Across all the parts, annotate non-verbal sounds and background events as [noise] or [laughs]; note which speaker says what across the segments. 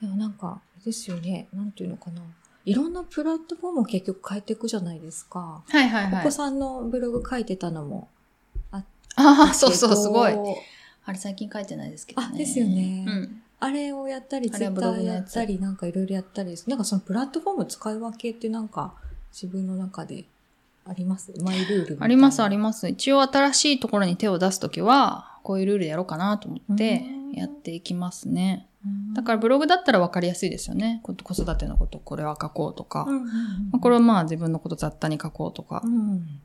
Speaker 1: でもなんか、あれですよね。なんていうのかな。いろんなプラットフォームを結局変えていくじゃないですか。
Speaker 2: はいはい
Speaker 1: お
Speaker 2: はい
Speaker 1: 子。さんのブログ書いてたのも。
Speaker 2: ああ、そうそう、
Speaker 1: けど
Speaker 2: すごい。あれ最近書いてないですけどね。
Speaker 1: あですよね
Speaker 2: うん。
Speaker 1: あれをやったり、
Speaker 2: あ
Speaker 1: ツイ
Speaker 2: れは
Speaker 1: ッ
Speaker 2: ブ
Speaker 1: タ
Speaker 2: ログ
Speaker 1: ー
Speaker 2: の
Speaker 1: や
Speaker 2: や
Speaker 1: っ
Speaker 2: つ
Speaker 1: たり、なんかいろいろやったりです。なんかそのプラットフォーム使い分けってなんか自分の中でありますマイルールみたいな
Speaker 2: ありますあります。一応新しいところに手を出すときは、こういうルールでやろうかなと思って
Speaker 1: うん
Speaker 2: やっていきますね。
Speaker 1: うん
Speaker 2: だからブログだったら分かりやすいですよね。こ子育てのこと、これは書こうとか。
Speaker 1: うんうんう
Speaker 2: まあ
Speaker 1: ん、
Speaker 2: これはまあ自分のこと雑多に書こうとか
Speaker 1: う。ん。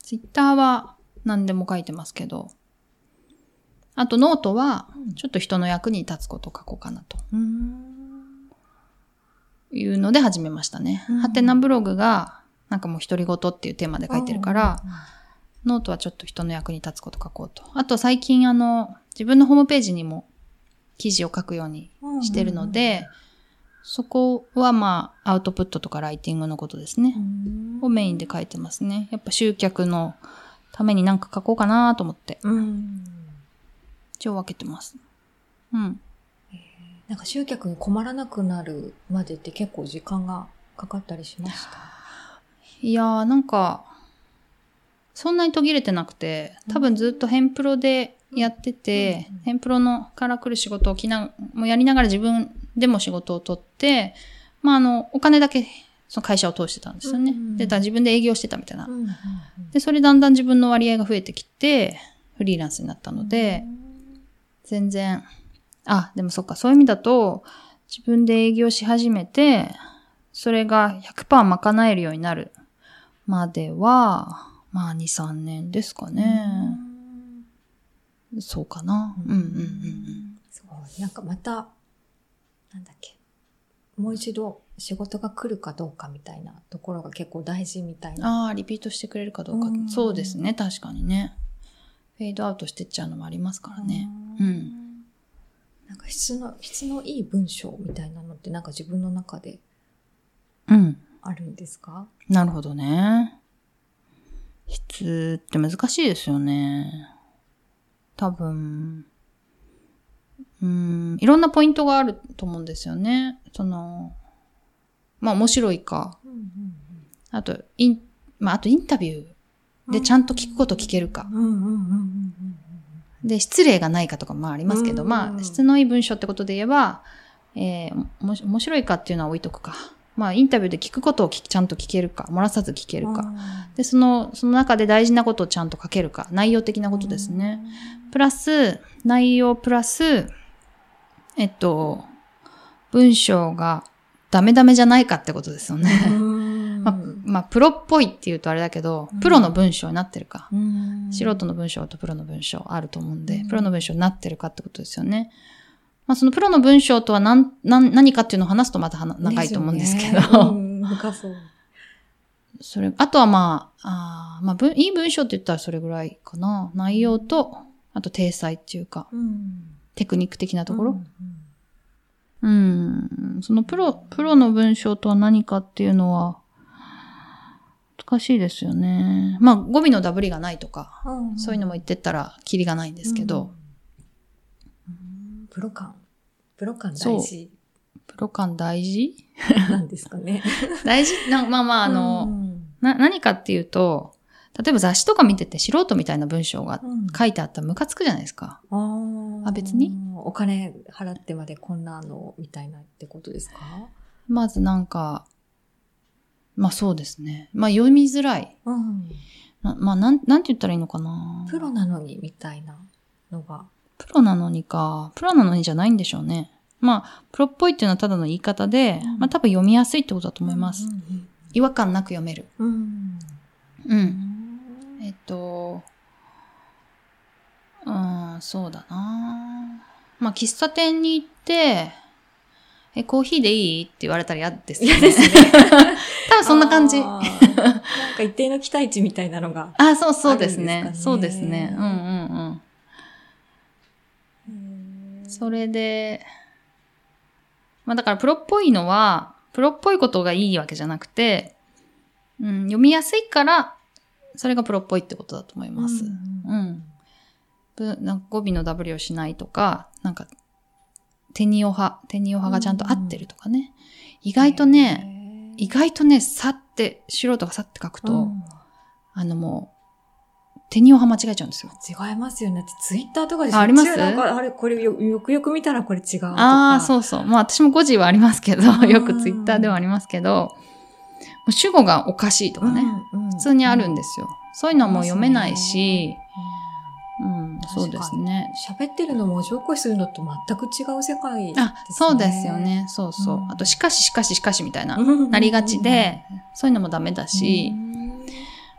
Speaker 2: ツイッターは何でも書いてますけど。あとノートは、ちょっと人の役に立つことを書こうかなと
Speaker 1: うん。
Speaker 2: いうので始めましたね
Speaker 1: うん。
Speaker 2: ハテナブログが、なんかもう独り言っていうテーマで書いてるから、ノートはちょっと人の役に立つこと書こうと。あと最近あの、自分のホームページにも記事を書くように
Speaker 1: うん、
Speaker 2: してるので、そこはまあアウトプットとかライティングのことですね
Speaker 1: う。ん、
Speaker 2: をメインで書いてますね。やっぱ集客のために何か書こうかなと思って、
Speaker 1: うん。
Speaker 2: 一応分けてます。うん。
Speaker 1: なんか集客に困らなくなるまでって結構時間がかかったりしました。
Speaker 2: いやーなんか、そんなに途切れてなくて、多分ずっとヘンプロでやってて
Speaker 1: うんうん、
Speaker 2: ヘンプロのから来る仕事をきな、もうやりながら自分でも仕事を取って、まああの、お金だけその会社を通してたんですよね。
Speaker 1: うんうん
Speaker 2: で、だから自分で営業してたみたいな。
Speaker 1: ん。
Speaker 2: で、それだんだん自分の割合が増えてきて、フリーランスになったので、全然。あ、でもそっか、そういう意味だと、自分で営業し始めて、それが100%賄えるようになるまでは、まあ2、3年ですかね。そうかな。うんうんうんうん。
Speaker 1: すごい。なんかまた、なんだっけ。もう一度仕事が来るかどうかみたいなところが結構大事みたいな。
Speaker 2: ああ、リピートしてくれるかどうか。
Speaker 1: うん
Speaker 2: そうですね、確かにね。フェードアウトしてっちゃうのもありますからね。う
Speaker 1: なんか質の、質のいい文章みたいなのってなんか自分の中で
Speaker 2: うん。
Speaker 1: あるんですか
Speaker 2: なるほどね。質って難しいですよね。多分、うん、いろんなポイントがあると思うんですよね。その、まあ面白いか、あと、イン、まああとインタビューでちゃんと聞くこと聞けるか、
Speaker 1: うんうんうんうんうん
Speaker 2: で、失礼がないかとかもありますけど、
Speaker 1: うん
Speaker 2: まあ質のいい文章ってことで言えば、えー、もし面白いかっていうのは置いとくか。まあインタビューで聞くことを聞きちゃんと聞けるか、漏らさず聞け
Speaker 1: う
Speaker 2: る
Speaker 1: ん。
Speaker 2: か。
Speaker 1: か。
Speaker 2: で、その、その中で大事なことをちゃんと書けるか、内容的なことですね。プラス、内容プラス、えっと、文章がダメダメじゃないかってことですよね。
Speaker 1: うん。
Speaker 2: まあ、まあ、プロっぽいっていうとあれだけど
Speaker 1: うん、
Speaker 2: プロの文章になってるか。
Speaker 1: うん
Speaker 2: 素人の文章とプロの文章あると思うん
Speaker 1: う
Speaker 2: で
Speaker 1: ん、
Speaker 2: プロの文章になってるかってことですよね。まあ、そのプロの文章とは何、何何かっていうのを話すとまたはな長いと思うんですけど。
Speaker 1: すよねうん深そう。
Speaker 2: それ、あとはまあ、あーまあ文、いい文章って言ったらそれぐらいかな。内容と、あと、体裁っていうか、
Speaker 1: うん。
Speaker 2: テクニック的なとこ
Speaker 1: うん
Speaker 2: ろ。うん、そのプロ、プロの文章とは何かっていうのは、難しいですよね。まあ、語尾のダブりがないとか、
Speaker 1: うんん
Speaker 2: そういうのも言ってったら、キリがないんですけ
Speaker 1: う
Speaker 2: ど、
Speaker 1: ん。うんプロ感。プロ感大事
Speaker 2: プロ感大事
Speaker 1: なんですかね。
Speaker 2: 大事なまあまあ、あの、
Speaker 1: うん
Speaker 2: な、何かっていうと、例えば雑誌とか見てて素人みたいな文章が
Speaker 1: うん
Speaker 2: 書いてあったらムカつくじゃないですか。
Speaker 1: あー
Speaker 2: あ別に
Speaker 1: お金払ってまでこんなのみたいなってことですか
Speaker 2: まずなんか、まあそうですね。まあ読みづらい。
Speaker 1: うん。
Speaker 2: なまあなん、なんて言ったらいいのかな。
Speaker 1: プロなのにみたいなのが。
Speaker 2: プロなのにか。プロなのにじゃないんでしょうね。まあ、プロっぽいっていうのはただの言い方で、
Speaker 1: うん
Speaker 2: まあ多分読みやすいってことだと思います。
Speaker 1: うん
Speaker 2: 違和感なく読める。
Speaker 1: うん。う
Speaker 2: う。
Speaker 1: んん
Speaker 2: えっと、うん、そうだな。まあ喫茶店に行って、え、コーヒーでいいって言われたら嫌です
Speaker 1: [laughs]
Speaker 2: よね。多分そんな感じ。
Speaker 1: あーなんか一定の期待値みたいなのが。
Speaker 2: あ、そうそうですね。
Speaker 1: あるんですかね
Speaker 2: そうですね。うんうんうん。それで、まあだからプロっぽいのは、プロっぽいことがいいわけじゃなくて、うん、読みやすいから、それがプロっぽいってことだと思います。
Speaker 1: うん
Speaker 2: うん。ぶなんか語尾のダブりをしないとか、なんか、手におは、手におはがちゃんと合ってるとかね。意外とね、
Speaker 1: ね
Speaker 2: 意外とね、さって、素人がさって書くと、あのもう、手におは間違えちゃうんですよ。
Speaker 1: 違いますよね。だってツイッターとかで
Speaker 2: ああります
Speaker 1: しょっちゅうなんかあれ、これよよくよく見たらこれ違うとか。
Speaker 2: ああ、そうそう。まあ私も5時はありますけど、
Speaker 1: うん
Speaker 2: よくツイッターではありますけど、もう主語がおかしいとかね、
Speaker 1: うん。普
Speaker 2: 普通にあるん
Speaker 1: で。
Speaker 2: ですよ。そういうのはもう読めないし、うん、
Speaker 1: すね
Speaker 2: そうですね。
Speaker 1: 喋ってるの文字起こしするのと全く違う世界です、ね。
Speaker 2: あ、そうですよ。ね。そうそう。
Speaker 1: うん
Speaker 2: あと、しかししかししかしみたいな、な
Speaker 1: な
Speaker 2: りがち、で、そういうのもダメだし
Speaker 1: う、ん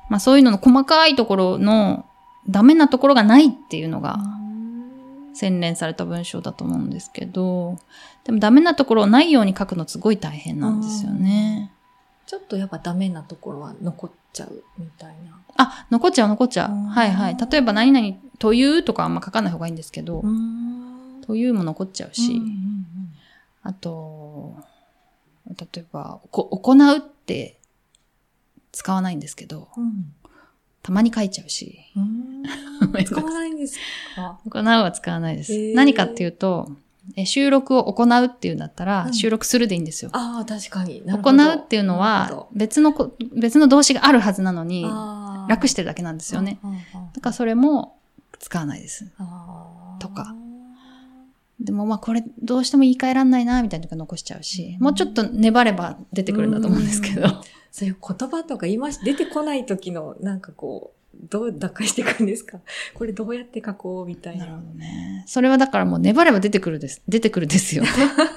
Speaker 2: まあそういうのの細かいところの、ダメなところがないっていうのが、洗練された文章だと思うんですけど、でもダメなところをないように書くのすごい大変なんですよね。
Speaker 1: ちょっとやっぱダメなところは残っちゃうみたいな。
Speaker 2: あ、残っちゃう残っちゃう。
Speaker 1: うん
Speaker 2: はいはい。例えば何々というとかあんま書かない方がいいんですけど、
Speaker 1: ん
Speaker 2: というも残っちゃう
Speaker 1: し
Speaker 2: し、あと、例えば、こ行うって使わないんですけど、たまに書いちゃうし、めんなさい
Speaker 1: 使わないんですか
Speaker 2: 行うは使わないです。
Speaker 1: へー
Speaker 2: 何かっていうと、え収録を行うっていうんだったら、
Speaker 1: うん
Speaker 2: 収録するでいいんですよ。
Speaker 1: ああ、確かに。なる
Speaker 2: 行
Speaker 1: ほど
Speaker 2: うっていうの
Speaker 1: なる
Speaker 2: は
Speaker 1: ほ
Speaker 2: 別のこ、別の動詞があるはずなのに
Speaker 1: ど、あー
Speaker 2: 楽してるだけなんですよね。。だからそれも使わないです。と
Speaker 1: と
Speaker 2: か。でもまあこれどうしても言い換えらんないなみたいなとか残しちゃうし、もうちょっと粘れば出てくるんだと思うんですけど。
Speaker 1: そういう言葉とか言いまし、出てこない時の、なんかこう、どう打開していくんですかこれどうやって書こうみたい
Speaker 2: [laughs] な
Speaker 1: な。
Speaker 2: るほどね。それはだからもう粘れば出てくるです。出てくるです [laughs] よ。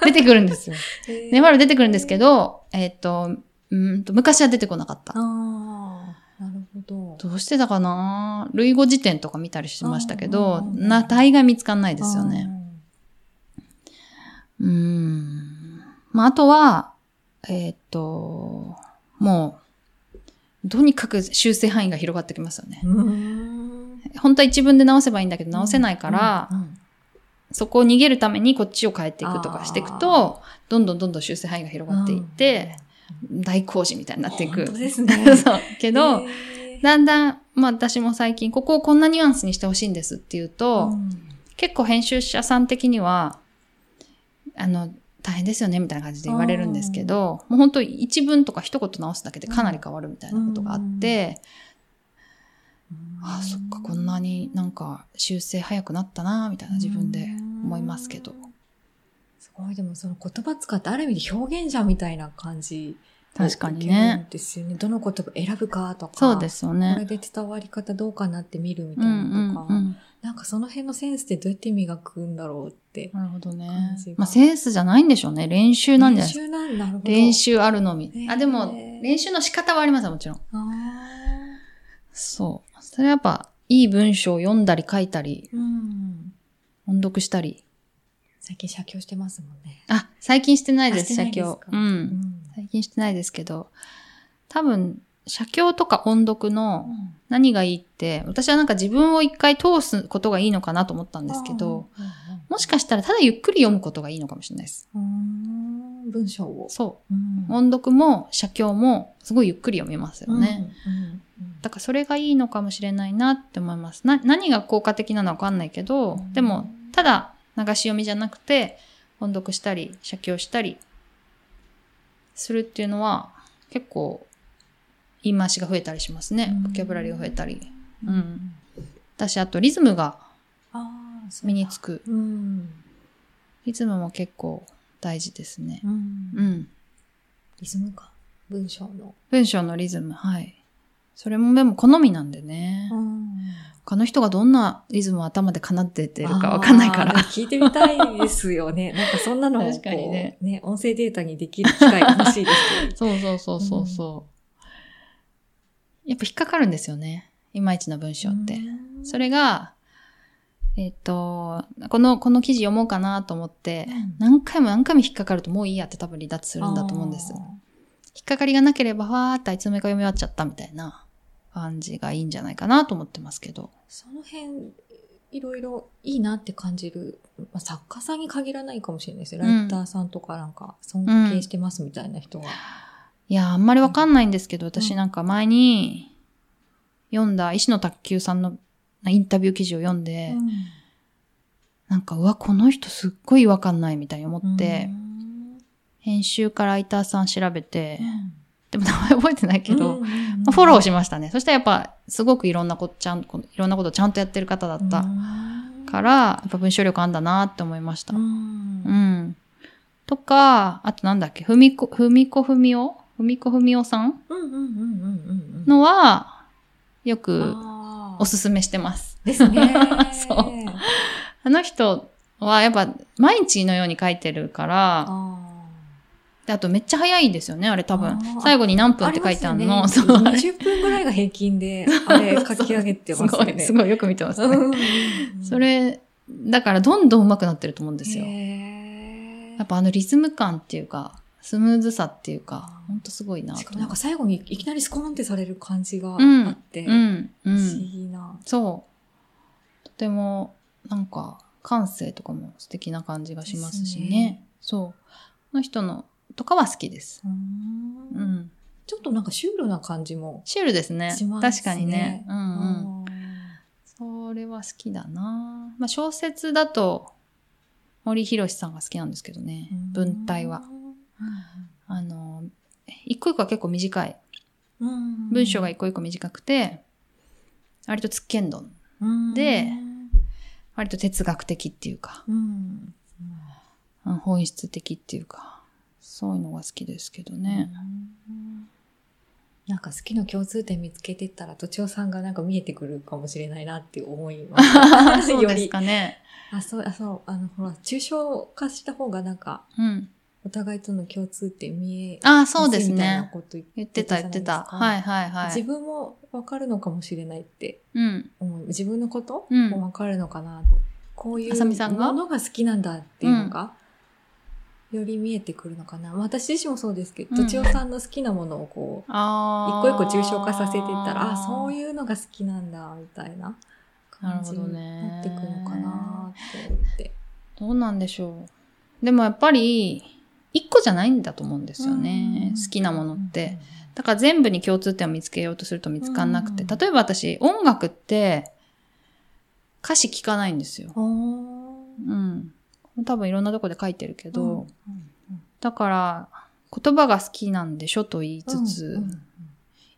Speaker 2: 出てくるんですよ。
Speaker 1: へー
Speaker 2: 粘れば出てくるんですけど、えっ、と、うーんと、昔は出てこなかった。
Speaker 1: ああ、なるほど。
Speaker 2: どうしてだかな類語辞典とか見たりしましたけど、
Speaker 1: うんうんうん
Speaker 2: な、大概見つかんないですよね。うーん。まあ、あとは、えーっと、もう、とにかく修正範囲が広がってきますよね
Speaker 1: あ。ー。うん。
Speaker 2: 本当は一文で直せばいいんだけど、直せないから、
Speaker 1: うんうん
Speaker 2: そこを逃げるためにこっちを変えていくとかしていくと、どんどんどんどん修正範囲が広がっていって、大工事みたいになっていく。
Speaker 1: 本当ですね
Speaker 2: [laughs] そう。けど、
Speaker 1: へー
Speaker 2: だんだん、まあ私も最近、ここをこんなニュアンスにしてほしいんですっていうと、
Speaker 1: うん
Speaker 2: 結構編集者さん的には、あの、大変ですよねみたいな感じで言われるんですけど、もう本当一文とか一言直すだけでかなり変わるみたいなことがあって、ああ、そっか、こんなになんか修正早くなったな、みたいな自分で思いますけど。
Speaker 1: すごい、でもその言葉使ってある意味で表現者みたいな感じ。
Speaker 2: 確かにね。。
Speaker 1: ですよね。どの言葉選ぶかとか。
Speaker 2: そうですよ
Speaker 1: これ
Speaker 2: ね。
Speaker 1: で伝わり方どうかなって見るみた
Speaker 2: う
Speaker 1: い
Speaker 2: んう
Speaker 1: なのとか、
Speaker 2: んうん。
Speaker 1: なんかその辺のセンスってどうやって磨くんだろうって。
Speaker 2: なるほどね
Speaker 1: 感じが。
Speaker 2: まあセンスじゃないんでしょうね。練習なんじゃないですか。
Speaker 1: 練習なんだろう。
Speaker 2: 練。習あるのみ。
Speaker 1: へー
Speaker 2: あ、でも、練習の仕方はありますよ、もちろん。
Speaker 1: あ
Speaker 2: そう。それはやっぱ、いい文章を読んだり書いたり、
Speaker 1: ーうん。
Speaker 2: 音読したり。
Speaker 1: 最近写経してますもんね。
Speaker 2: あ、最近してないで
Speaker 1: あして
Speaker 2: す、
Speaker 1: な
Speaker 2: 写
Speaker 1: いです
Speaker 2: 経
Speaker 1: か。
Speaker 2: う。
Speaker 1: うんん。
Speaker 2: 最近してないですけど、多分、写経とか音読の何がいいって、私はなんか自分を一回通すことがいいのかなと思ったんですけど、
Speaker 1: うん、
Speaker 2: もしかしたらただゆっくり読むことがいいのかもしれないです。
Speaker 1: うんうん文章を。
Speaker 2: そ
Speaker 1: うん
Speaker 2: う。音読も写経もすごいゆっくり読めますよね。
Speaker 1: うんうんうん
Speaker 2: だからそれがいいのかもしれないなって思います。な何が効果的なのかわかんないけど、
Speaker 1: うん
Speaker 2: でもただ流し読みじゃなくて音読したり写経したりするっていうのは結構言い回しが増えたりしますね。
Speaker 1: うん
Speaker 2: ボキャブラリーが増えたり。
Speaker 1: う
Speaker 2: うんんだし、あとリズムが
Speaker 1: ああ、そう
Speaker 2: 身
Speaker 1: だ
Speaker 2: につく。
Speaker 1: うん。
Speaker 2: リズムも結構大事ですね。
Speaker 1: うん
Speaker 2: うん。
Speaker 1: リズムか。文章の。
Speaker 2: 文章のリズム、はい。それもでも好みなんでね。他の人がどんなリズムを頭で奏でてるかわかんないから
Speaker 1: あ。ー聞いてみたいですよね。 [laughs] なんかそんなのをこう
Speaker 2: 確かにね
Speaker 1: ね、音声データにできる機会が欲しいですけど。
Speaker 2: そうそうそうそうそう。やっぱ引っかかるんですよね。いまいちの文章って。
Speaker 1: うん
Speaker 2: それが、えっ、と、この、この記事読もうかなと思って、何回も何回も引っかかるともういいやって多分離脱するんだと思うんです。
Speaker 1: あー
Speaker 2: 引っかかりがなければ、わーってあいつの間にか読み終わっちゃったみたいな感じがいいんじゃないかなと思ってますけど。
Speaker 1: その辺、いろいろいいなって感じる、まあ、作家さんに限らないかもしれないですよ。
Speaker 2: うん
Speaker 1: ライターさんとかなんか尊敬してますみたいな人が。
Speaker 2: いやー、あんまりわかんないんですけど、
Speaker 1: う
Speaker 2: 私
Speaker 1: ん
Speaker 2: なんか前に読んだ石野卓球さんのインタビュー記事を読んで、なんか、うわ、この人すっごい違和感ないみたいに思って、
Speaker 1: うん
Speaker 2: 編集からライターさん調べて
Speaker 1: う、ん
Speaker 2: でも名前覚えてないけど、
Speaker 1: うんうんうん
Speaker 2: まあフォローしましたね。そしたらやっぱ、すごくいろんなこと、ちゃんと、いろんなことをちゃんとやってる方だったから、やっぱ文章力あんだなって思いました
Speaker 1: う。
Speaker 2: うんん。とか、あとなんだっけ、ふみこ、ふみこふみおふみこふみおさん
Speaker 1: うんうんうんうんうんうん
Speaker 2: のは、よく
Speaker 1: あー
Speaker 2: おすすめしてます。
Speaker 1: ですね
Speaker 2: [laughs] そうあの人はやっぱ毎日のように書いてるから、
Speaker 1: あ
Speaker 2: であとめっちゃ早いんですよね、あれ多
Speaker 1: あ
Speaker 2: 分
Speaker 1: ー。
Speaker 2: 最後に何
Speaker 1: ー
Speaker 2: 分って書いてある
Speaker 1: り
Speaker 2: の。
Speaker 1: ます
Speaker 2: そ
Speaker 1: よね
Speaker 2: う、あれ
Speaker 1: 20分ぐらいが平均であれ書き上げて
Speaker 2: す
Speaker 1: ます
Speaker 2: ご
Speaker 1: よ
Speaker 2: い、
Speaker 1: ね
Speaker 2: すごいよく見てます
Speaker 1: うん
Speaker 2: ね。
Speaker 1: うんうん
Speaker 2: それ、だからどんどん上手くなってると思うんですよ。
Speaker 1: へー
Speaker 2: やっぱあのリズム感っていうか、スムーズさっていうか、ほんとすごいな
Speaker 1: しかも
Speaker 2: と
Speaker 1: なん
Speaker 2: 思
Speaker 1: か最後にいきなりスコーンってされる感じが
Speaker 2: うん
Speaker 1: あって、
Speaker 2: う。うん、
Speaker 1: 不
Speaker 2: う
Speaker 1: 思
Speaker 2: ん。
Speaker 1: 議な。
Speaker 2: そう。とても、なんか、感性とかも素敵な感じがしますしね。
Speaker 1: ですね
Speaker 2: そう。この人の、とかは好きです。
Speaker 1: うー
Speaker 2: うんん。
Speaker 1: ちょっとなんかシュールな感じも
Speaker 2: シュールですね。
Speaker 1: しますね。
Speaker 2: 確かにね。うんうん。
Speaker 1: あー
Speaker 2: それは好きだなまあ、小説だと、森博さんが好きなんですけどね。文体は。。あの、一個一個は結構短い。
Speaker 1: うん
Speaker 2: 文章が一個一個短くて、割とつっけんどん。で、割と哲学的っていうか。
Speaker 1: うんうん
Speaker 2: うん本質的っていうか、そういうのが好きですけどね。
Speaker 1: うんなんか好きな共通点見つけてったら、とちおさんがなんか見えてくるかもしれないなって思います
Speaker 2: [laughs] 。そう
Speaker 1: よ
Speaker 2: です
Speaker 1: り。
Speaker 2: かね。
Speaker 1: あ、そう、あ、そう、あの、ほら、抽象化した方がなんか、
Speaker 2: うん。
Speaker 1: お互いとの共通点見え
Speaker 2: ああ、そうです
Speaker 1: みたいな
Speaker 2: ね。
Speaker 1: こと言っ
Speaker 2: 言ってた言ってた。
Speaker 1: 言ってたじゃ
Speaker 2: は
Speaker 1: ない
Speaker 2: はいは
Speaker 1: 自
Speaker 2: い。
Speaker 1: 分も分かるのかもしれないって
Speaker 2: うん。
Speaker 1: 思う自分のこと
Speaker 2: うん
Speaker 1: も分かるのかな、こうい
Speaker 2: あさ
Speaker 1: う
Speaker 2: みさん
Speaker 1: も
Speaker 2: が
Speaker 1: のが好きなんだっていうのが、より見えてくるのかな私自身もそうですけど、
Speaker 2: うん
Speaker 1: とちおさんの好きなものをこう
Speaker 2: あ
Speaker 1: 一
Speaker 2: あ。
Speaker 1: 個一個抽象化させていったらあそう
Speaker 2: う。
Speaker 1: いうのが好きなんだみたいな感じになってくるのかなって思って。
Speaker 2: どうなんでしょう。でもやっぱり、一個じゃないんだと思うんですよね。好きなものって。だから全部に共通点を見つけようとすると見つかんなくて。
Speaker 1: うん
Speaker 2: 例えば私、音楽って、歌詞聞かないんですよ。
Speaker 1: うん。
Speaker 2: うん。多分いろんなとこで書いてるけど、
Speaker 1: うん
Speaker 2: だから、言葉が好きなんでしょと言いつつ、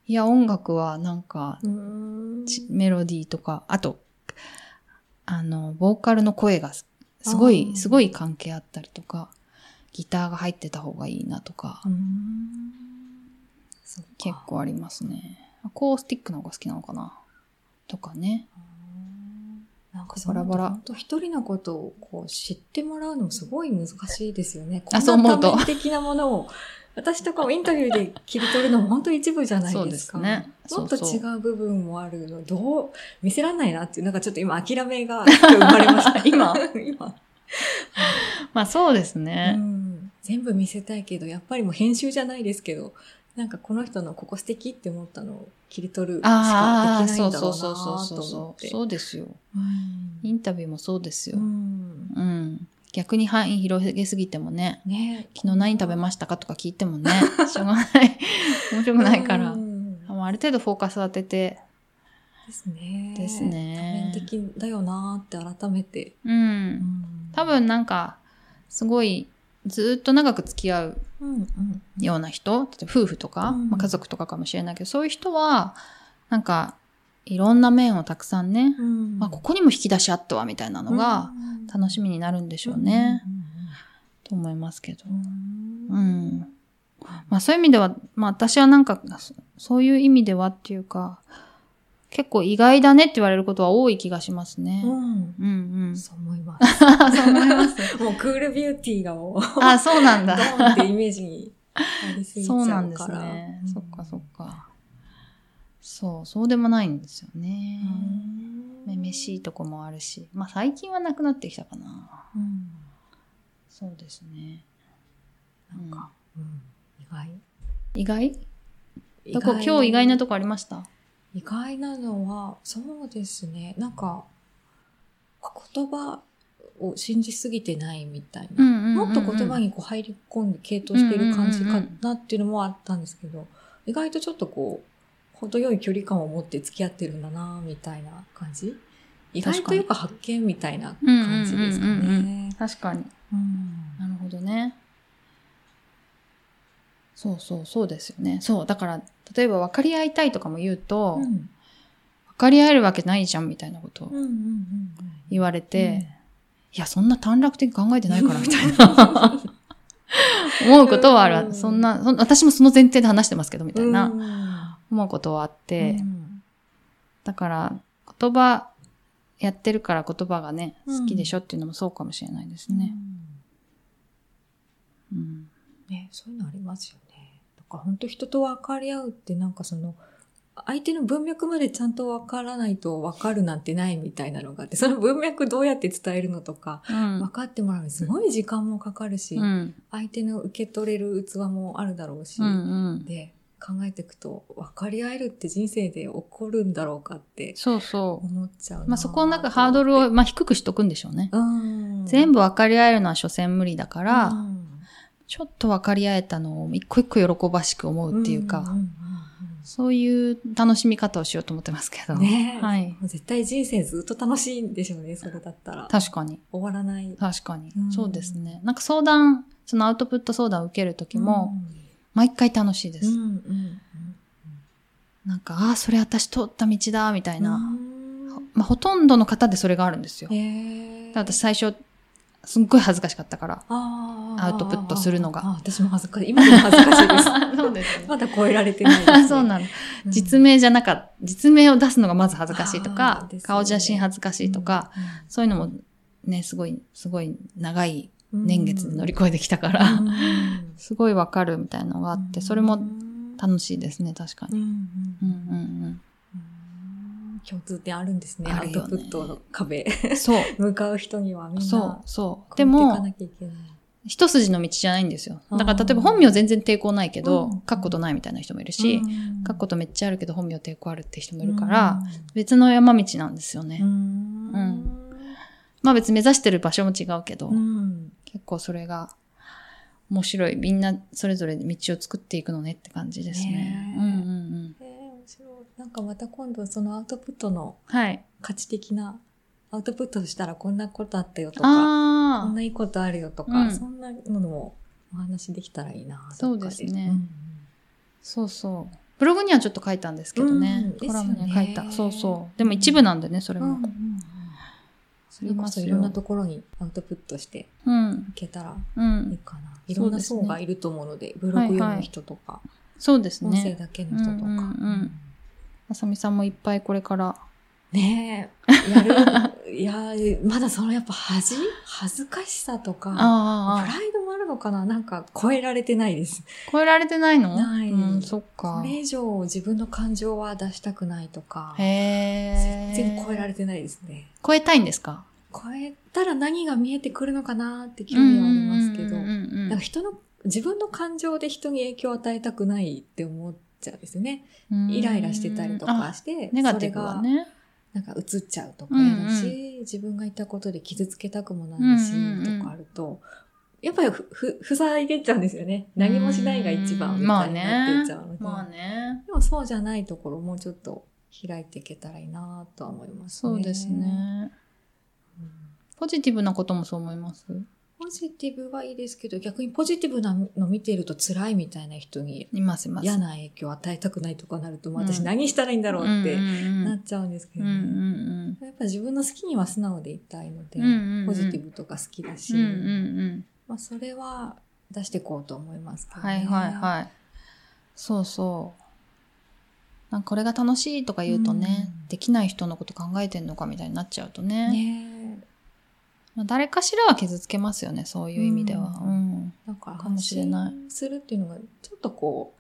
Speaker 2: いや、音楽はなんか、
Speaker 1: うんうんうん
Speaker 2: ちメロディーとか、あと、あの、ボーカルの声がすすご
Speaker 1: あ
Speaker 2: い、
Speaker 1: ー
Speaker 2: すごい関係あったりとか、ギターが入ってた方がいいなとか、
Speaker 1: うんそっか
Speaker 2: 結構ありますね。アコースティックの方が好きなのかなとかね。
Speaker 1: なんか
Speaker 2: バラバラ
Speaker 1: 本当一人のことをこう知ってもらうのもすごい難しいですよね。
Speaker 2: あそう思うと
Speaker 1: こんな多面的なものを、私とかもインタビューで切り取るのも本当一部じゃな
Speaker 2: そう
Speaker 1: いで
Speaker 2: ですす
Speaker 1: か。
Speaker 2: ね。
Speaker 1: もっと
Speaker 2: そう
Speaker 1: 違
Speaker 2: そう。
Speaker 1: う部分もあるの、どう、見せらんないなっていう、なんかちょっと今諦めが生まれました。
Speaker 2: [laughs] 今
Speaker 1: 今、
Speaker 2: まあそうです
Speaker 1: う
Speaker 2: ね。
Speaker 1: ん。全部見せたいけど、やっぱりもう編集じゃないですけど、なんかこの人のここ素敵って思ったのを切り取るし
Speaker 2: あ
Speaker 1: か
Speaker 2: あ、
Speaker 1: できな
Speaker 2: そ
Speaker 1: い
Speaker 2: うん
Speaker 1: だろ
Speaker 2: そううそう
Speaker 1: な
Speaker 2: そう
Speaker 1: と思
Speaker 2: そ
Speaker 1: っ
Speaker 2: う。
Speaker 1: て。
Speaker 2: そうですよ。
Speaker 1: うん
Speaker 2: インタビューもそうですよ。
Speaker 1: うん
Speaker 2: うん。逆に範囲広げすぎてもね、
Speaker 1: ね
Speaker 2: 昨日何食べましたかとか聞いて
Speaker 1: [laughs]
Speaker 2: もね、しょうがない。面白くないから。
Speaker 1: うん
Speaker 2: もうある程度フォーカス当てて、
Speaker 1: ですね。
Speaker 2: ですね
Speaker 1: 多面的だよなーって改めて。
Speaker 2: う。
Speaker 1: うんん
Speaker 2: 多、分なんか、すごい、ずーっと長く付き合う
Speaker 1: うんうん。
Speaker 2: ような人、例えば夫婦とか、
Speaker 1: うん
Speaker 2: まあ、家族とかかもしれないけど、そういう人は、なんか、いろんな面をたくさんね、
Speaker 1: うん
Speaker 2: まあ、ここにも引き出しあったわ、みたいなのが、楽しみになるんでしょうね、。と思いますけど。
Speaker 1: うんうん
Speaker 2: う
Speaker 1: うんうん
Speaker 2: ん。まあそういう意味では、まあ私はなんか、そそういう意味ではっていうか、結構意外だねって言われることは多い気がしますね。うん、
Speaker 1: うん
Speaker 2: うん。
Speaker 1: そう思います。
Speaker 2: あ、 [laughs] そう思います。
Speaker 1: [laughs] もうクールビューティーがもう、
Speaker 2: あ、そうなん
Speaker 1: ド [laughs]
Speaker 2: だ。
Speaker 1: ーンってイメージになりすぎちゃ
Speaker 2: そ
Speaker 1: から。
Speaker 2: ううなんですね。そっかそっか。そう、そうでもないんですよね
Speaker 1: う。ん。
Speaker 2: めめしいとこもあるし。まあ最近はなくなってきたかな。
Speaker 1: うん。
Speaker 2: そうですね。
Speaker 1: なんか、うん意外。
Speaker 2: 意外
Speaker 1: 意
Speaker 2: どこ
Speaker 1: 外
Speaker 2: 今日意外なとこありました
Speaker 1: 意外なのは、そうですね。なんか、言葉を信じすぎてないみたいな。
Speaker 2: んうん
Speaker 1: もっと言葉にこう入り込んで傾倒している感じかなっていうのもあったんですけど、意外とちょっとこう、程よい距離感を持って付き合ってるんだなみたいな感じ意外というか発見みたいな
Speaker 2: うんうん
Speaker 1: 感じですか
Speaker 2: うんうんう
Speaker 1: ね。
Speaker 2: 確かに。
Speaker 1: うん
Speaker 2: なるほどね。そうそう、そうですよね。そう、だから、例えば分かり合いたいとかも言うと、
Speaker 1: うんうん
Speaker 2: 分かり合えるわけないじゃんみたいなことを
Speaker 1: うんうん
Speaker 2: 言われて、
Speaker 1: うん
Speaker 2: いや、そんな短絡的に考えてないからみたいな。思うことはある。
Speaker 1: うん
Speaker 2: そんなそん私もその前提で話してますけど、みたいな、
Speaker 1: うん
Speaker 2: 思うことはあって、
Speaker 1: うん
Speaker 2: だから、言葉、やってるから言葉がね、
Speaker 1: うん
Speaker 2: 好きでしょっていうのもそうかもしれないですね。うん
Speaker 1: ね、そういうのありますよね。だから本当人と分かり合うってなんかその、相手の文脈までちゃんと分からないと分かるなんてないみたいなのがあって、その文脈どうやって伝えるのとか、
Speaker 2: うん
Speaker 1: 分かってもらうのにすごい時間もかかるし、
Speaker 2: うん
Speaker 1: 相手の受け取れる器もあるだろうし、
Speaker 2: うんうん
Speaker 1: で、考えていくと、分かり合えるって人生で起こるんだろうかって
Speaker 2: そうそう。
Speaker 1: 思っちゃうな
Speaker 2: まあ、そこの中ハードルを、まあ、低くしとくんでしょうね。
Speaker 1: うん、
Speaker 2: 全
Speaker 1: 部
Speaker 2: 部分かり合えるのは所詮無理だから、
Speaker 1: うん
Speaker 2: ちょっと分かり合えたのを一個一個喜ばしく思うっていうか、
Speaker 1: んん
Speaker 2: そういう楽しみ方をしようと思ってますけ
Speaker 1: う
Speaker 2: ど。
Speaker 1: んうんねえ
Speaker 2: はい。
Speaker 1: もう絶対人生ずっと楽しいんでしょうね、それだったら。
Speaker 2: 確かに。
Speaker 1: 終わらない。
Speaker 2: 確かに、
Speaker 1: うん
Speaker 2: そうですね。なんか相談、そのアウトプット相談を受けるときも、毎回楽しいで
Speaker 1: う
Speaker 2: す。
Speaker 1: ん、うんうん
Speaker 2: なんか、ああ、それ私通った道だ、みた
Speaker 1: う
Speaker 2: い
Speaker 1: ん。
Speaker 2: な。まあ、ほとんどの方でそれがあるんですよ。
Speaker 1: へえ。
Speaker 2: だから私最初、すっごい恥ずかしかっ
Speaker 1: [laughs]
Speaker 2: たから。
Speaker 1: あー
Speaker 2: アウトプットするのが
Speaker 1: あー私も恥ずかしい。今でも恥ずかしいです。
Speaker 2: [laughs] そうですね。。
Speaker 1: まだ超えられてないです、ね
Speaker 2: [laughs] そうなの。
Speaker 1: うん
Speaker 2: 実名じゃなかった。実名を出すのがまず恥ずかしいと
Speaker 1: あ
Speaker 2: か、
Speaker 1: ーですよね
Speaker 2: 顔写真恥ずかしいとか、、そういうのもね、すごい、すごい長い
Speaker 1: うん
Speaker 2: 年月で乗り越えてきたから、
Speaker 1: うん
Speaker 2: すごいわかるみたいなのがあって、それ
Speaker 1: う
Speaker 2: も
Speaker 1: ん
Speaker 2: 楽しいですね、確か
Speaker 1: う
Speaker 2: に。
Speaker 1: ん
Speaker 2: う
Speaker 1: うんん
Speaker 2: うん
Speaker 1: うん共通点あるんですね。
Speaker 2: あ
Speaker 1: ア
Speaker 2: る
Speaker 1: ウ
Speaker 2: よね
Speaker 1: トプットの壁。
Speaker 2: うん。そう、
Speaker 1: 向かう人に [laughs] はみんな。
Speaker 2: そう、そう。
Speaker 1: で
Speaker 2: で
Speaker 1: も、か
Speaker 2: も、
Speaker 1: なきゃいけない。
Speaker 2: 一筋の道じゃないんですよ。だか
Speaker 1: あ
Speaker 2: ら
Speaker 1: ー
Speaker 2: 例えば本名全然抵抗ないけど
Speaker 1: うん、
Speaker 2: 書くことないみたいな人もいるし、
Speaker 1: うん
Speaker 2: 書くことめっちゃあるけど本名抵抗あるって人もい
Speaker 1: うん
Speaker 2: るから、別の山道なんですよ
Speaker 1: う
Speaker 2: ね。
Speaker 1: ん
Speaker 2: まあ別に目指してる場所も違うけど
Speaker 1: う、ん
Speaker 2: 結構それが面白い。みんなそれぞれ道を作っていくのねって感じですね
Speaker 1: ね。え
Speaker 2: うんうんうん。
Speaker 1: えー面白いなんかまた今度そのアウトプットの
Speaker 2: はい。
Speaker 1: 価値的なアウトプットしたらこんなことあったよとかこ
Speaker 2: あ
Speaker 1: ん
Speaker 2: あ、
Speaker 1: ないいことあるよとか、
Speaker 2: うん
Speaker 1: そんなのもお話できたらいいな
Speaker 2: そうですね
Speaker 1: どっか
Speaker 2: そうそう。ブログにはちょっと書いたんですけどね。
Speaker 1: うん
Speaker 2: コラムには書いた。
Speaker 1: ですよね
Speaker 2: そうそう。でも一部なんでね、それ
Speaker 1: でうんうん
Speaker 2: も。
Speaker 1: うんそれ
Speaker 2: あり
Speaker 1: こ
Speaker 2: ま
Speaker 1: そ
Speaker 2: すよ
Speaker 1: いろんなところにアウトプットして
Speaker 2: うん。
Speaker 1: いけたら
Speaker 2: う
Speaker 1: いい
Speaker 2: ん。
Speaker 1: かな、いろんな層がいると思うのでブログ読む人とか、
Speaker 2: そうです
Speaker 1: 音声
Speaker 2: ね。
Speaker 1: だけの人とか、
Speaker 2: うんうんうんあさみさんもいっぱいこれから。
Speaker 1: ねえ、や
Speaker 2: [laughs]
Speaker 1: る、いや、まだそのやっぱ恥恥ずかしさと
Speaker 2: あ
Speaker 1: か、プ
Speaker 2: あああ、
Speaker 1: ライドもあるのかななんか超えられてないです。
Speaker 2: 超えられてないの
Speaker 1: ない
Speaker 2: うん、そっ
Speaker 1: こ
Speaker 2: か。
Speaker 1: れ以上自分の感情は出したくないとか、
Speaker 2: へえ。
Speaker 1: 全然超えられてないですね。
Speaker 2: 超えたいんですか
Speaker 1: 超えたら何が見えてくるのかなって興味はありますけど、
Speaker 2: う
Speaker 1: な
Speaker 2: んうんうんう
Speaker 1: ん
Speaker 2: ん
Speaker 1: か人の、自分の感情で人に影響を与えたくないって思っちゃうんですね。
Speaker 2: うん
Speaker 1: イライラしてたりと
Speaker 2: あ
Speaker 1: かして、
Speaker 2: ネガ
Speaker 1: そ
Speaker 2: テ
Speaker 1: れ
Speaker 2: ィブは
Speaker 1: が
Speaker 2: ね。
Speaker 1: なんか映っちゃうとか嫌だし、自分がいたことで傷つけたくもないし、
Speaker 2: うんうんうん
Speaker 1: とかあると、やっぱりふ、ふ、塞いでっちゃうんですよね。何もしないが一番み
Speaker 2: ま
Speaker 1: た
Speaker 2: あ
Speaker 1: いになってっ
Speaker 2: ね
Speaker 1: ちゃうので。。
Speaker 2: まあね。
Speaker 1: でもそうじゃないところもうちょっと開いていけたらいいなとは思いますね。
Speaker 2: そうですね。
Speaker 1: うん。
Speaker 2: ポジティブなこともそう思います
Speaker 1: ポジティブはいいですけど、逆にポジティブなの見ていると辛いみたいな人に
Speaker 2: います、います。
Speaker 1: 嫌な影響を与えたくないとかなると、もう
Speaker 2: う
Speaker 1: 私
Speaker 2: ん
Speaker 1: 何したらいいんだろうっ
Speaker 2: う
Speaker 1: て
Speaker 2: んうんう
Speaker 1: なんっちゃうんですけ
Speaker 2: う
Speaker 1: ど
Speaker 2: ん
Speaker 1: ね。
Speaker 2: うん
Speaker 1: やっぱ自分の好きには素直でいたいので、
Speaker 2: うんうんうん
Speaker 1: ポジティブとか好きだし、
Speaker 2: うんうんうん
Speaker 1: まあ、それは出していこうと思いますけど
Speaker 2: はいはいはい。そうそう。なんかこれが楽しいとか言うとね、
Speaker 1: うん
Speaker 2: できない人のこと考えてんのかみたいになっちゃうとね。
Speaker 1: ねえ
Speaker 2: まあ、誰かしらは傷つけますよね、そういう意味では。う。
Speaker 1: うんなんか
Speaker 2: かもしれない
Speaker 1: 安心するっていうのがちょっとこ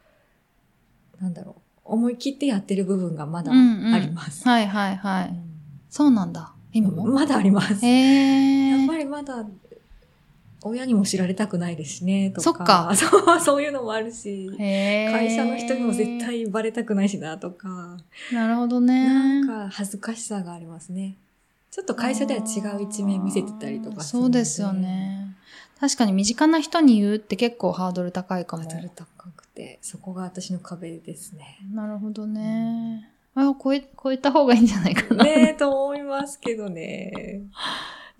Speaker 1: うなんだろう思い切ってやってる部分がまだ
Speaker 2: うんうん
Speaker 1: あります、
Speaker 2: はいはいはい。そうなんだ。今も。
Speaker 1: まだあります、
Speaker 2: へえ。
Speaker 1: やっぱりまだ親にも知られたくないですしねとか
Speaker 2: そっか
Speaker 1: そうそういうのもあるし
Speaker 2: 会
Speaker 1: 会社の人にも絶対バレたくないしなとか
Speaker 2: なるほどね
Speaker 1: なんか恥ずかしさがありますね。ちょっと会社では違う一面見せてたりとか
Speaker 2: する
Speaker 1: の
Speaker 2: そうですよ。ね確かに身近な人に言うって結構ハードル高いかも [laughs]
Speaker 1: ハードル高くて、そこが私の壁ですね。
Speaker 2: なるほどね、あ、超え、超えた方がいいんじゃないかな。
Speaker 1: ねえ、と思いますけどね。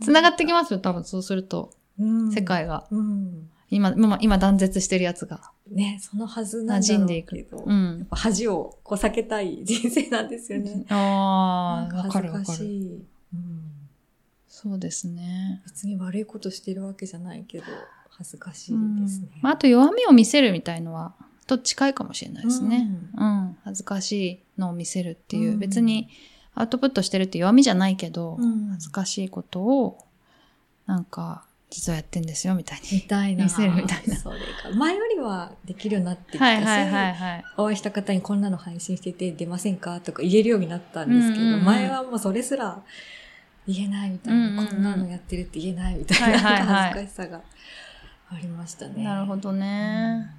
Speaker 2: 繋がってきますよ、多分そうすると。
Speaker 1: うん
Speaker 2: 世。界が。
Speaker 1: うん。
Speaker 2: 今、今、今断絶してるやつが。
Speaker 1: ねそのはずなんだろうけど。
Speaker 2: 馴染んでいくうん。
Speaker 1: 恥をこう避けたい人生なんですよね。
Speaker 2: ああ、
Speaker 1: なん
Speaker 2: わかるわ
Speaker 1: 恥
Speaker 2: か
Speaker 1: ずし
Speaker 2: る。
Speaker 1: い。うん
Speaker 2: そうですね。
Speaker 1: 別に悪いことしてるわけじゃないけど、恥ずかしい
Speaker 2: うん
Speaker 1: ですね。
Speaker 2: まあ、あと弱みを見せるみたいのは、と近いかもしれないですね。
Speaker 1: うん
Speaker 2: うん。恥ずかしいのを見せるっていうう、
Speaker 1: ん
Speaker 2: 別にアウトプットしてるって弱みじゃないけど、
Speaker 1: うん
Speaker 2: 恥ずかしいことを、なんか、実はやってんですよ、みたい
Speaker 1: み
Speaker 2: に。
Speaker 1: たいな。
Speaker 2: 見せるみたいな
Speaker 1: それが前よりはできるようになってきたし、
Speaker 2: はいはいはい [laughs] はい。
Speaker 1: お会いした方にこんなの配信してて出ませんかとか言えるようになったんですけど、
Speaker 2: うんうんうん
Speaker 1: 前はもうそれすら言えないみたいな、
Speaker 2: うんうんうん
Speaker 1: こんなのやってるって言えないみたいな、
Speaker 2: はいはいはい
Speaker 1: 恥ずかしさがありましたね。
Speaker 2: なるほど
Speaker 1: ど
Speaker 2: ね。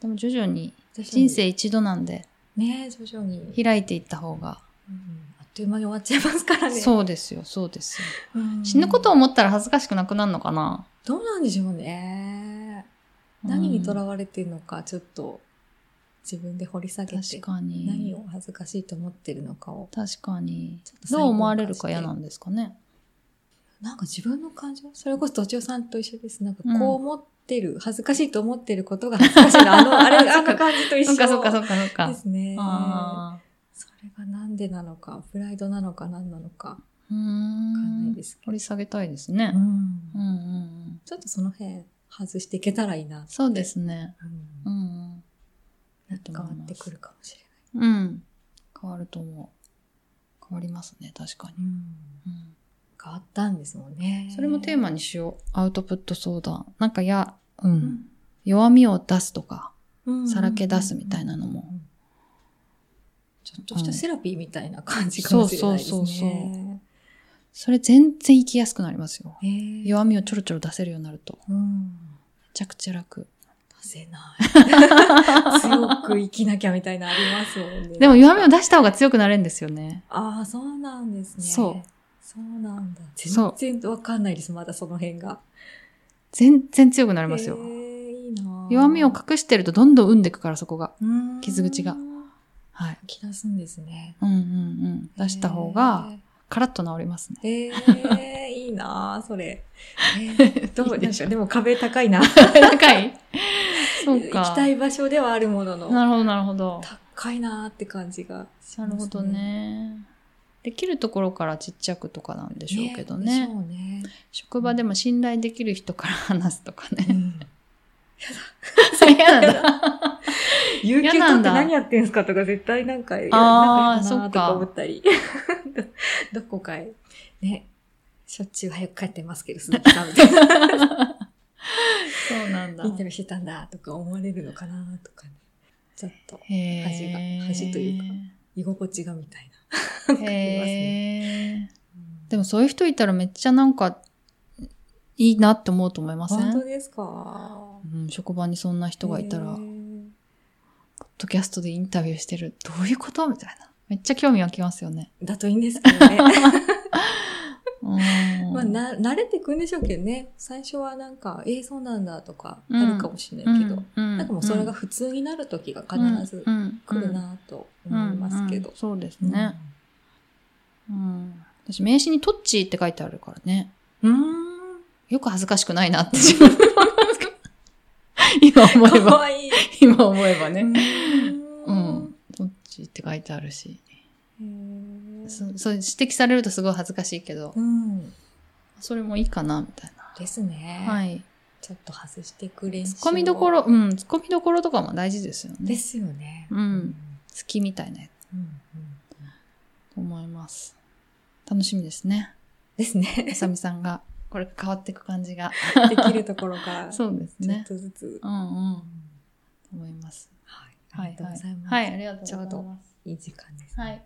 Speaker 2: でも徐々に、
Speaker 1: 徐々に
Speaker 2: 人生一度なんで、
Speaker 1: ね徐々に、
Speaker 2: 開いていった方が。
Speaker 1: うんあっという間に終わっちゃいますからね。
Speaker 2: そうですよ、そうですよ。
Speaker 1: うん
Speaker 2: 死ぬことを思ったら恥ずかしくなくなるのかな
Speaker 1: どうなんでしょうね。何にとらわれてるのか、ちょっと自分で掘り下
Speaker 2: れ
Speaker 1: げ
Speaker 2: 確
Speaker 1: て、
Speaker 2: かに。
Speaker 1: 何を恥ずかしいと思ってるのかを。
Speaker 2: 確かに
Speaker 1: ちょっと。細分化して
Speaker 2: どう思われるか嫌なんですかね。
Speaker 1: なんか自分の感情それこそ土地さんと一緒です。なんか
Speaker 2: うん
Speaker 1: こう思ってる、恥ずかしいと思ってることが恥 [laughs] ずかしいの。あの、あ
Speaker 2: [laughs]
Speaker 1: れ、あの感じと一緒
Speaker 2: そっかそっかそっかそっか。
Speaker 1: ですね。
Speaker 2: あ
Speaker 1: それがなんでなのか、プライドなのか何なのか、
Speaker 2: ーうー
Speaker 1: わかんない
Speaker 2: ん
Speaker 1: で。すけ
Speaker 2: 掘
Speaker 1: ど。
Speaker 2: り下げたいですね
Speaker 1: う。ん
Speaker 2: うんうんうん。
Speaker 1: ちょっとその辺外していけたらいいなって。
Speaker 2: そうですね。
Speaker 1: うん。
Speaker 2: うん
Speaker 1: なんか変わってくるかもしれない。
Speaker 2: うん。うん。変わると思う。変わりますね、確かに。うん
Speaker 1: 変わったんですもんね。
Speaker 2: それもテーマにしよう。アウトプット相談。なんかや、う。
Speaker 1: うんん、
Speaker 2: 弱みを出すとか、
Speaker 1: うん
Speaker 2: さらけ出すみたいなのも。
Speaker 1: ちょっとしたセラピーみたいな感じかもしれないですね。
Speaker 2: そうそうそうそうそれ全然生きやすくなりますよ。
Speaker 1: へー
Speaker 2: 弱みをちょろちょろ出せるようになると。
Speaker 1: うん。
Speaker 2: めちゃくちゃ楽。
Speaker 1: 出せ
Speaker 2: [laughs]
Speaker 1: ない。強く生きなきゃみたいなのありますもんね。
Speaker 2: でも弱みを出した方が強くなれるんですよね。
Speaker 1: ああ、そうなんですね。。
Speaker 2: そう
Speaker 1: そうなんだ。
Speaker 2: そう
Speaker 1: 全然わかんないです、まだその辺が。
Speaker 2: 全然強くな
Speaker 1: あ
Speaker 2: りますよ。
Speaker 1: いいな
Speaker 2: 弱みを隠してるとどんどん生んでいくから、そこが。
Speaker 1: く
Speaker 2: 傷口が。はい。
Speaker 1: 気出すんですね。
Speaker 2: うんうんうん。出した方が、カラッと治り [laughs] ますね。
Speaker 1: へー。えー、いいなーそれ。え
Speaker 2: [laughs]
Speaker 1: ー、ど
Speaker 2: いうい
Speaker 1: で
Speaker 2: で
Speaker 1: し
Speaker 2: し
Speaker 1: ょ
Speaker 2: ょ
Speaker 1: う。でも壁高いな。
Speaker 2: 高いそうか。
Speaker 1: [laughs] 行きたい場所ではあるものの。
Speaker 2: なるほど、なるほど。
Speaker 1: 高いなーって感じがし
Speaker 2: な
Speaker 1: ます
Speaker 2: るほどね。できるところからちっちゃくとかなんでしょうけど
Speaker 1: で
Speaker 2: ね。
Speaker 1: しょうね。
Speaker 2: 職場でも信頼できる人から話すとか
Speaker 1: [laughs]
Speaker 2: ね。
Speaker 1: や
Speaker 2: 嫌
Speaker 1: だ
Speaker 2: なんだ。
Speaker 1: 有給取
Speaker 2: 嫌
Speaker 1: っ
Speaker 2: な
Speaker 1: て
Speaker 2: んだ
Speaker 1: 何やってんすかとか絶対なんか、や
Speaker 2: あ
Speaker 1: 仲良く
Speaker 2: ー
Speaker 1: な
Speaker 2: そ
Speaker 1: ー
Speaker 2: っ
Speaker 1: と
Speaker 2: か
Speaker 1: か思ったり。どどこかへ、ね、しょっちゅう早く帰ってますけど、鈴木さんみたい
Speaker 2: [laughs]
Speaker 1: な。
Speaker 2: そうなんだ
Speaker 1: インタビューしてたんだとか思われるのかなとかね。ちょっと
Speaker 2: へ
Speaker 1: 恥
Speaker 2: ー
Speaker 1: が恥というか居心地がみたいな。
Speaker 2: へえ。
Speaker 1: うん
Speaker 2: でもそういう人いたらめっちゃなんか、いいなって思うと思いませ
Speaker 1: 本当
Speaker 2: ん、
Speaker 1: ですか
Speaker 2: うん、職場にそんな人がいたら、
Speaker 1: へ
Speaker 2: ポッ
Speaker 1: ー
Speaker 2: ドキャストでインタビューしてる、どういうことみたいな。めっちゃ興味湧きます
Speaker 1: [laughs]
Speaker 2: よね。
Speaker 1: だといいんですけどね。
Speaker 2: うん。
Speaker 1: まあ、な、慣れていくんでしょうけどね。最初はなんか、えー、そうなんだとか、
Speaker 2: うん
Speaker 1: あるかもしれないけど、
Speaker 2: うん、
Speaker 1: なんかもうそれが普通になる時が必ず来るなぁと思いますけ
Speaker 2: うんうんう
Speaker 1: ど
Speaker 2: ん。そうですね。うん。私、名刺にトッチーって書いてあるからね。
Speaker 1: うん。
Speaker 2: よく恥ずかしくないなって自分で思いますけど今思え
Speaker 1: か
Speaker 2: ば、
Speaker 1: わいい。
Speaker 2: 今思えばね。う
Speaker 1: うん
Speaker 2: ん。。どっちって書いてあるし。
Speaker 1: へー
Speaker 2: そそう指摘されるとすごい恥ずかしいけど、
Speaker 1: うん。
Speaker 2: それもいいかな、みたいな。
Speaker 1: ですね。
Speaker 2: はい。
Speaker 1: ちょっと外してくれ
Speaker 2: ツッコミどこ。ろ、うん、ツッコミどころとかも大事ですよ
Speaker 1: で
Speaker 2: ね。
Speaker 1: すよね。
Speaker 2: うん好きみたいなや
Speaker 1: うん。うん
Speaker 2: つと思います。楽しみですね。
Speaker 1: です
Speaker 2: あ [laughs]
Speaker 1: ね。
Speaker 2: さみさんが、これ変わっていく感じが。
Speaker 1: できるところから、ちょ
Speaker 2: そうです
Speaker 1: っ
Speaker 2: ね。
Speaker 1: とずつ。
Speaker 2: うんう
Speaker 1: う。
Speaker 2: ん
Speaker 1: ん
Speaker 2: 思います。
Speaker 1: はい。あ
Speaker 2: は
Speaker 1: り
Speaker 2: い
Speaker 1: がとう
Speaker 2: は
Speaker 1: ご
Speaker 2: い
Speaker 1: ざい。ます。
Speaker 2: はい、ありがとうござい
Speaker 1: ちょう
Speaker 2: ます。
Speaker 1: いい時間です。
Speaker 2: はい。